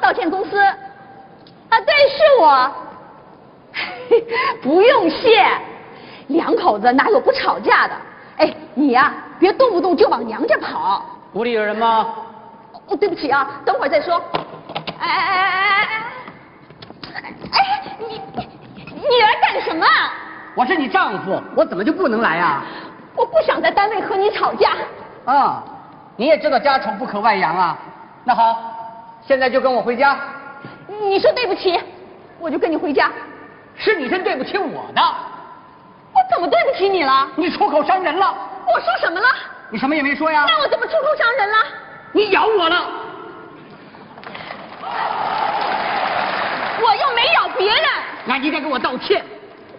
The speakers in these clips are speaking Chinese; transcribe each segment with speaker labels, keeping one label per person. Speaker 1: 保险公司。啊，对，是我。 不用谢，两口子哪有不吵架的？哎，你呀、别动不动就往娘家跑。
Speaker 2: 屋里有人吗？
Speaker 1: 哦，对不起啊，等会儿再说。哎哎哎哎哎哎！哎，你你你来干什么啊？
Speaker 2: 我是你丈夫，我怎么就不能来啊？
Speaker 1: 我不想在单位和你吵架。
Speaker 2: 啊，你也知道家丑不可外扬啊。那好，现在就跟我回家。
Speaker 1: 你说对不起，我就跟你回家。
Speaker 2: 是你先对不起我的，
Speaker 1: 我怎么对不起你了？
Speaker 2: 你出口伤人了，
Speaker 1: 我说什么了？
Speaker 2: 你什么也没说呀？
Speaker 1: 那我怎么出口伤人了？
Speaker 2: 你咬我了。
Speaker 1: 我又没咬别人，
Speaker 2: 那应该给我道歉。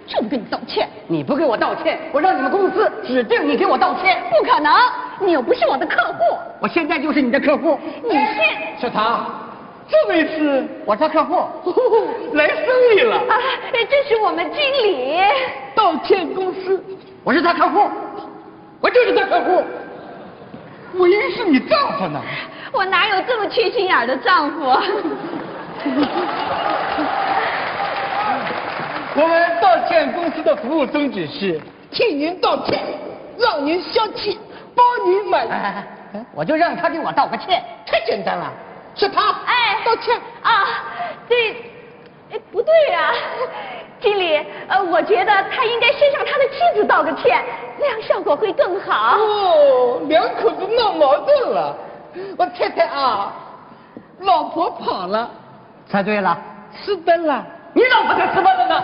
Speaker 1: 就不跟你道歉。
Speaker 2: 你不给我道歉，我让你们公司指定你给我道歉。
Speaker 1: 不可能，你又不是我的客户，
Speaker 2: 我现在就是你的客户。
Speaker 1: 你是。
Speaker 2: 小唐，这位是我是客户，来生意 了，
Speaker 1: 啊，这是我们经理。
Speaker 2: 道歉公司，我是他客户，我就是他客户。我以为是你丈夫呢。
Speaker 1: 我哪有这么缺心眼儿的丈夫？
Speaker 3: 我们道歉公司的服务宗旨是替您道歉，让您消气，帮您满
Speaker 2: 哎
Speaker 3: 意。
Speaker 2: 哎哎，我就让他给我道个歉。
Speaker 3: 太简单了，是他。
Speaker 1: 哎，
Speaker 3: 道歉。
Speaker 1: 啊，这，哎，不对呀、经理，呃，我觉得他应该先向他的妻子道个歉，那样效果会更好。
Speaker 3: 哦，两口子闹矛盾了。我太太啊，老婆跑了，
Speaker 2: 猜对了，
Speaker 3: 私奔了。
Speaker 2: 你老婆才吃饭了呢。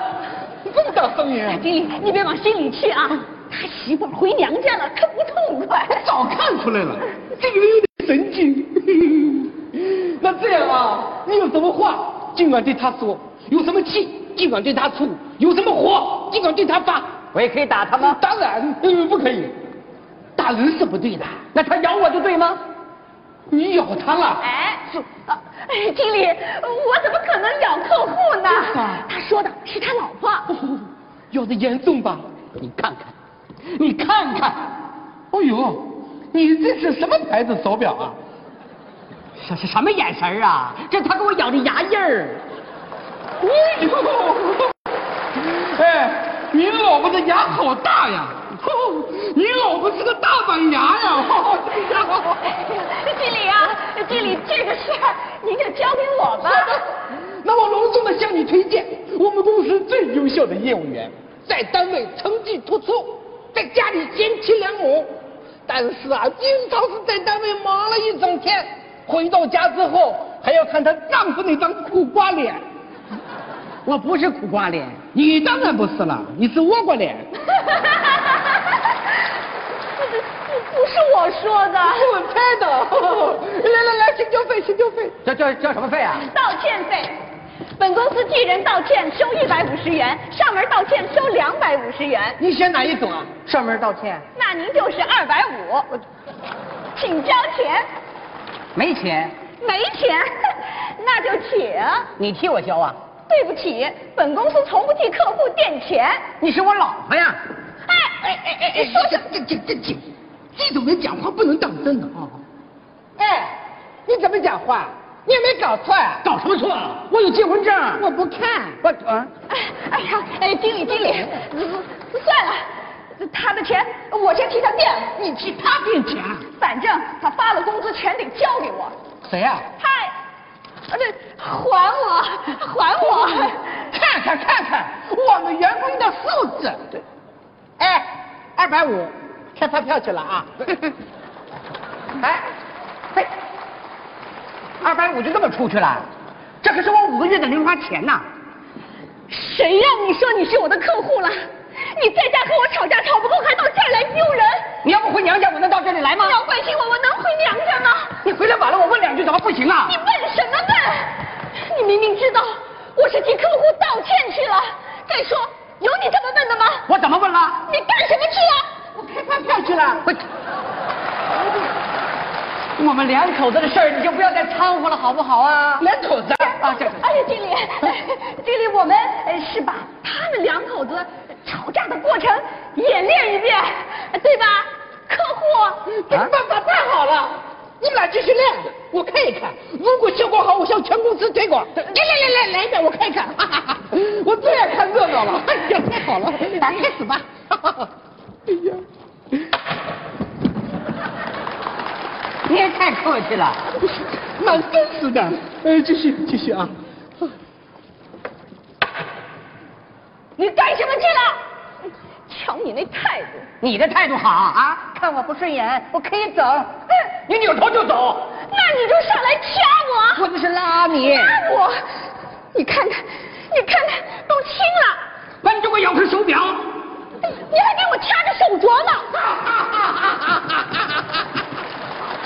Speaker 3: 你这么大声音啊，
Speaker 1: 哎经理，你别往心里去啊，他媳妇儿回娘家了，他不痛快。
Speaker 3: 早看出来了，这个人有点神经。 那这样啊，你有什么话尽管对他说，有什么气尽管对他出，有什么火尽管对他发。
Speaker 2: 我也可以打他吗？
Speaker 3: 当然，嗯，不可以，打人是不对的。
Speaker 2: 那他咬我就对吗？
Speaker 3: 你咬他了，
Speaker 1: 哎，啊哎，经理，我怎么可能咬客户呢？
Speaker 3: 啊
Speaker 1: 他说的是他老婆。
Speaker 3: 哦咬的严重吧？
Speaker 2: 你看看，你看看，
Speaker 3: 哦呦，你这是什么牌子手表啊？
Speaker 2: 这是什么眼神儿啊？这他给我咬的牙印儿。
Speaker 3: 哎呦，哎，你老婆的牙好大呀！哦你老婆是个大板牙呀！哦这家伙
Speaker 1: 经理啊，经理，这个事儿您就交给我 吧。
Speaker 3: 那我隆重的向你推荐我们公司最优秀的业务员，在单位成绩突出，在家里贤妻良母。但是啊，经常是在单位忙了一整天，回到家之后还要看她丈夫那张苦瓜脸。
Speaker 2: 我不是苦瓜脸，
Speaker 3: 你当然不是了，你是倭瓜脸。
Speaker 1: 不不是我说的，
Speaker 3: 是我猜的。来来来，请交费，请交费。
Speaker 2: 这这交什么费啊？
Speaker 1: 道歉费。本公司替人道歉收一百五十元，上门道歉收两百五十元，
Speaker 3: 你选哪一种啊？
Speaker 2: 上门道歉，
Speaker 1: 那您就是二百五，请交钱。
Speaker 2: 没钱，
Speaker 1: 没钱， 那就请。
Speaker 2: 你替我交啊？
Speaker 1: 对不起，本公司从不替客户垫钱。
Speaker 2: 你是我老婆呀？
Speaker 1: 哎哎哎哎哎，说
Speaker 3: 这这这这这，这种人讲话不能当真的啊！哎，你怎么讲话？你有没有搞错啊？
Speaker 2: 搞什么错了？我有结婚证。
Speaker 3: 我不看，
Speaker 2: 我啊，
Speaker 1: 哎哎呀，哎，经理经理，算了，他的钱我先替他垫了，
Speaker 3: 你替他垫钱啊？
Speaker 1: 反正他发了工资，全得交给我。
Speaker 3: 谁呀、
Speaker 1: 嗨，啊对，还我，还我！
Speaker 3: 看看看看，我们员工的素质。对，哎，二百五，开发票去了啊！
Speaker 2: 哎，嘿，二百五就这么出去了？这可是我五个月的零花钱呐、
Speaker 1: 谁让你说你是我的客户了？你在家和我吵架吵不够，还到这儿来丢人！
Speaker 2: 你要不回娘家，我能到这里来吗
Speaker 1: 你？要关心我，我能回娘家吗？
Speaker 2: 你回来晚了，我问两句怎么不行啊
Speaker 1: 你？问什么问？你明明知道我是替客户道歉去了。再说，有你这么问的吗？
Speaker 2: 我怎么问了？
Speaker 1: 你干什么去啊了？
Speaker 2: 我开发票去了。我，我们两口子的事儿你就不要再掺和了，好不好啊？
Speaker 3: 两口子
Speaker 2: 啊，这
Speaker 1: 哎呀，经理，哎经理，我们呃是把他们两口子吵架的过程演练一遍，对吧？客户，
Speaker 2: 啊
Speaker 3: 这个办法太好了，你们俩继续练。我看一看。如果效果好，我向全公司推广。来来来来来一遍，我看一看。 哈哈哈我最爱看热闹了。哎 呀，太好了，咱开始吧。 哈哈哈哎呀，
Speaker 2: 你也太客气了。
Speaker 3: 满分似的。呃，继续继续啊。
Speaker 1: 你干什么去了？瞧你那态度！
Speaker 2: 你的态度好啊，看我不顺眼，我可以走。哼你扭头就走，
Speaker 1: 哎那你就上来掐我！
Speaker 2: 我那是拉你。
Speaker 1: 掐我！你看看，你看看，都青了，
Speaker 2: 把你给我咬块 手表。
Speaker 1: 你还给我掐着手镯呢！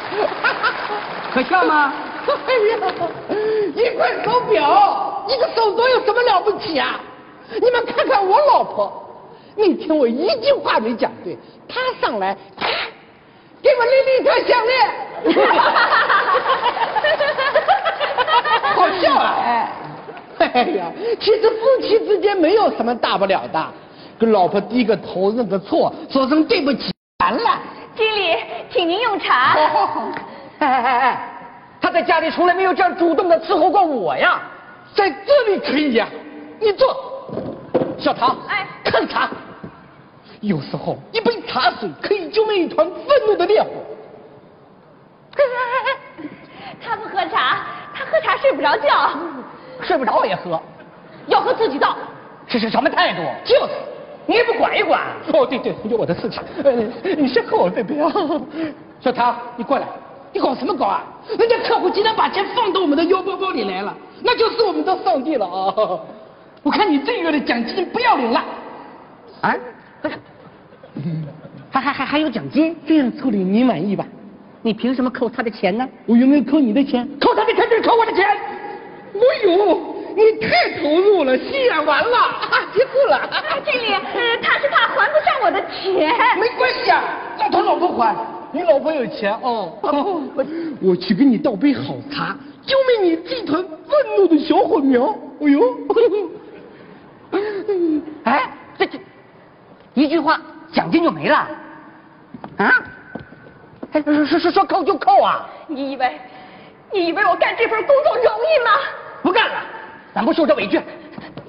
Speaker 2: 可笑吗？
Speaker 3: 哎呀， 一块手表，一个手镯有什么了不起啊？你们看看我老婆，那天我一句话没讲对，她上来，啪给我拎了一条项链，好笑啊！哎呀，其实夫妻之间没有什么大不了的，跟老婆低个头认个错，说声对不起，完了。
Speaker 1: 经理，请您用茶。
Speaker 2: 哎哎哎哎，他在家里从来没有这样主动的伺候过我呀。
Speaker 3: 在这里可以呀、你坐，小唐，
Speaker 1: 哎
Speaker 3: 看茶。有时候一杯茶水可以浇灭一团愤怒的烈火。
Speaker 1: 他不喝茶，他喝茶睡不着觉，
Speaker 2: 睡不着我也喝，
Speaker 1: 要喝自己倒。
Speaker 2: 这是什么态度？
Speaker 3: 就是，
Speaker 2: 你也不管一管。
Speaker 3: 哦，对对，有我的事情，呃，你先喝我这杯啊。小唐，你过来，你搞什么搞啊？人家客户竟然把钱放到我们的腰包包里来了，那就是我们的上帝了啊！我看你这个月的奖金不要领了。
Speaker 2: 啊？还还还还有奖金？
Speaker 3: 这样处理你满意吧？
Speaker 2: 你凭什么扣他的钱呢？
Speaker 3: 我原来扣 你的钱，
Speaker 2: 扣他的钱就是扣我的钱。
Speaker 3: 哎呦，你太投入了，戏演完了，啊，结束了。
Speaker 1: 经理，呃，他是怕还不上我的钱。
Speaker 3: 没关系啊，让他老婆还。你老婆有钱 哦。我去给你倒杯好茶，浇灭你这团愤怒的小火苗。哎呦，
Speaker 2: 哎，这这一句话奖金就没了啊？哎，说说说说扣就扣啊？
Speaker 1: 你以为，你以为我干这份工作容易吗？
Speaker 2: 不干了，咱不受这委屈，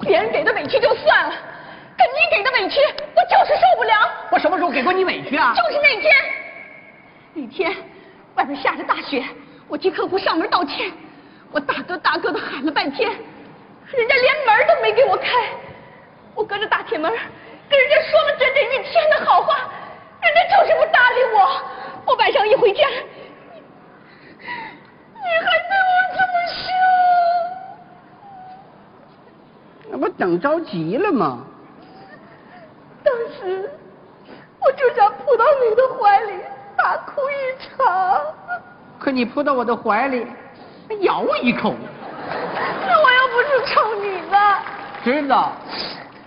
Speaker 1: 别人给的委屈就算了，可你给的委屈，我就是受不了。
Speaker 2: 我什么时候给过你委屈啊？
Speaker 1: 就是那天，那天外边下着大雪，我替客户上门道歉，我大哥大哥的喊了半天，人家连门都没给我开。我隔着大铁门跟人家说了整整一天的好话，人家就是不搭理我。我晚上一回家，你你还对我这么凶。
Speaker 2: 那不等着急了吗？
Speaker 1: 当时我就想扑到你的怀里大哭一场，
Speaker 2: 可你扑到我的怀里，咬我一口，
Speaker 1: 那我又不是冲你的，
Speaker 2: 知道？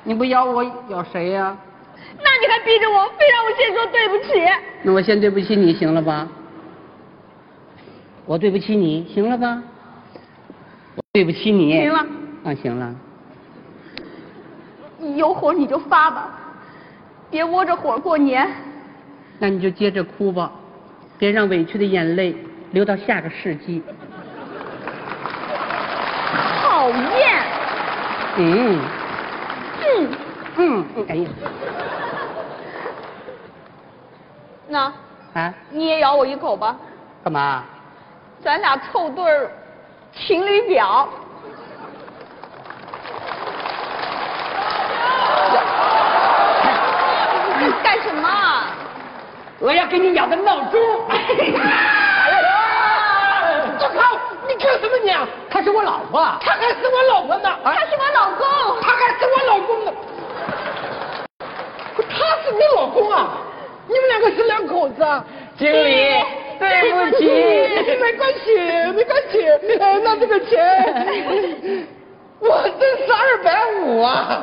Speaker 2: 你不咬我，咬谁呀、
Speaker 1: 那你还逼着我，非让我先说对不起。
Speaker 2: 那我先对不起你，行了吧？我对不起你，行了吧？我对不起你。
Speaker 1: 行了。
Speaker 2: 啊，行了。
Speaker 1: 你有火你就发吧，别窝着火过年。
Speaker 2: 那你就接着哭吧，别让委屈的眼泪流到下个世纪。
Speaker 1: 讨厌，
Speaker 2: 嗯
Speaker 1: 嗯，
Speaker 2: 嗯，哎呀
Speaker 1: 那
Speaker 2: 啊，
Speaker 1: 你也咬我一口吧，
Speaker 2: 干嘛？
Speaker 1: 咱俩凑对儿，情侣表。你干什么啊？
Speaker 2: 我要给你咬个闹 钟。
Speaker 3: 小康，啊你干什么你啊？
Speaker 2: 她是我老婆，
Speaker 3: 他还是我老婆呢，
Speaker 1: 他是我老公。
Speaker 3: 啊他还是我老公呢。他是你老公啊？你们两个是两口子啊？
Speaker 2: 经
Speaker 1: 理对不起
Speaker 3: 没关系，没关系， 哎，那这个钱，我这是二百五啊。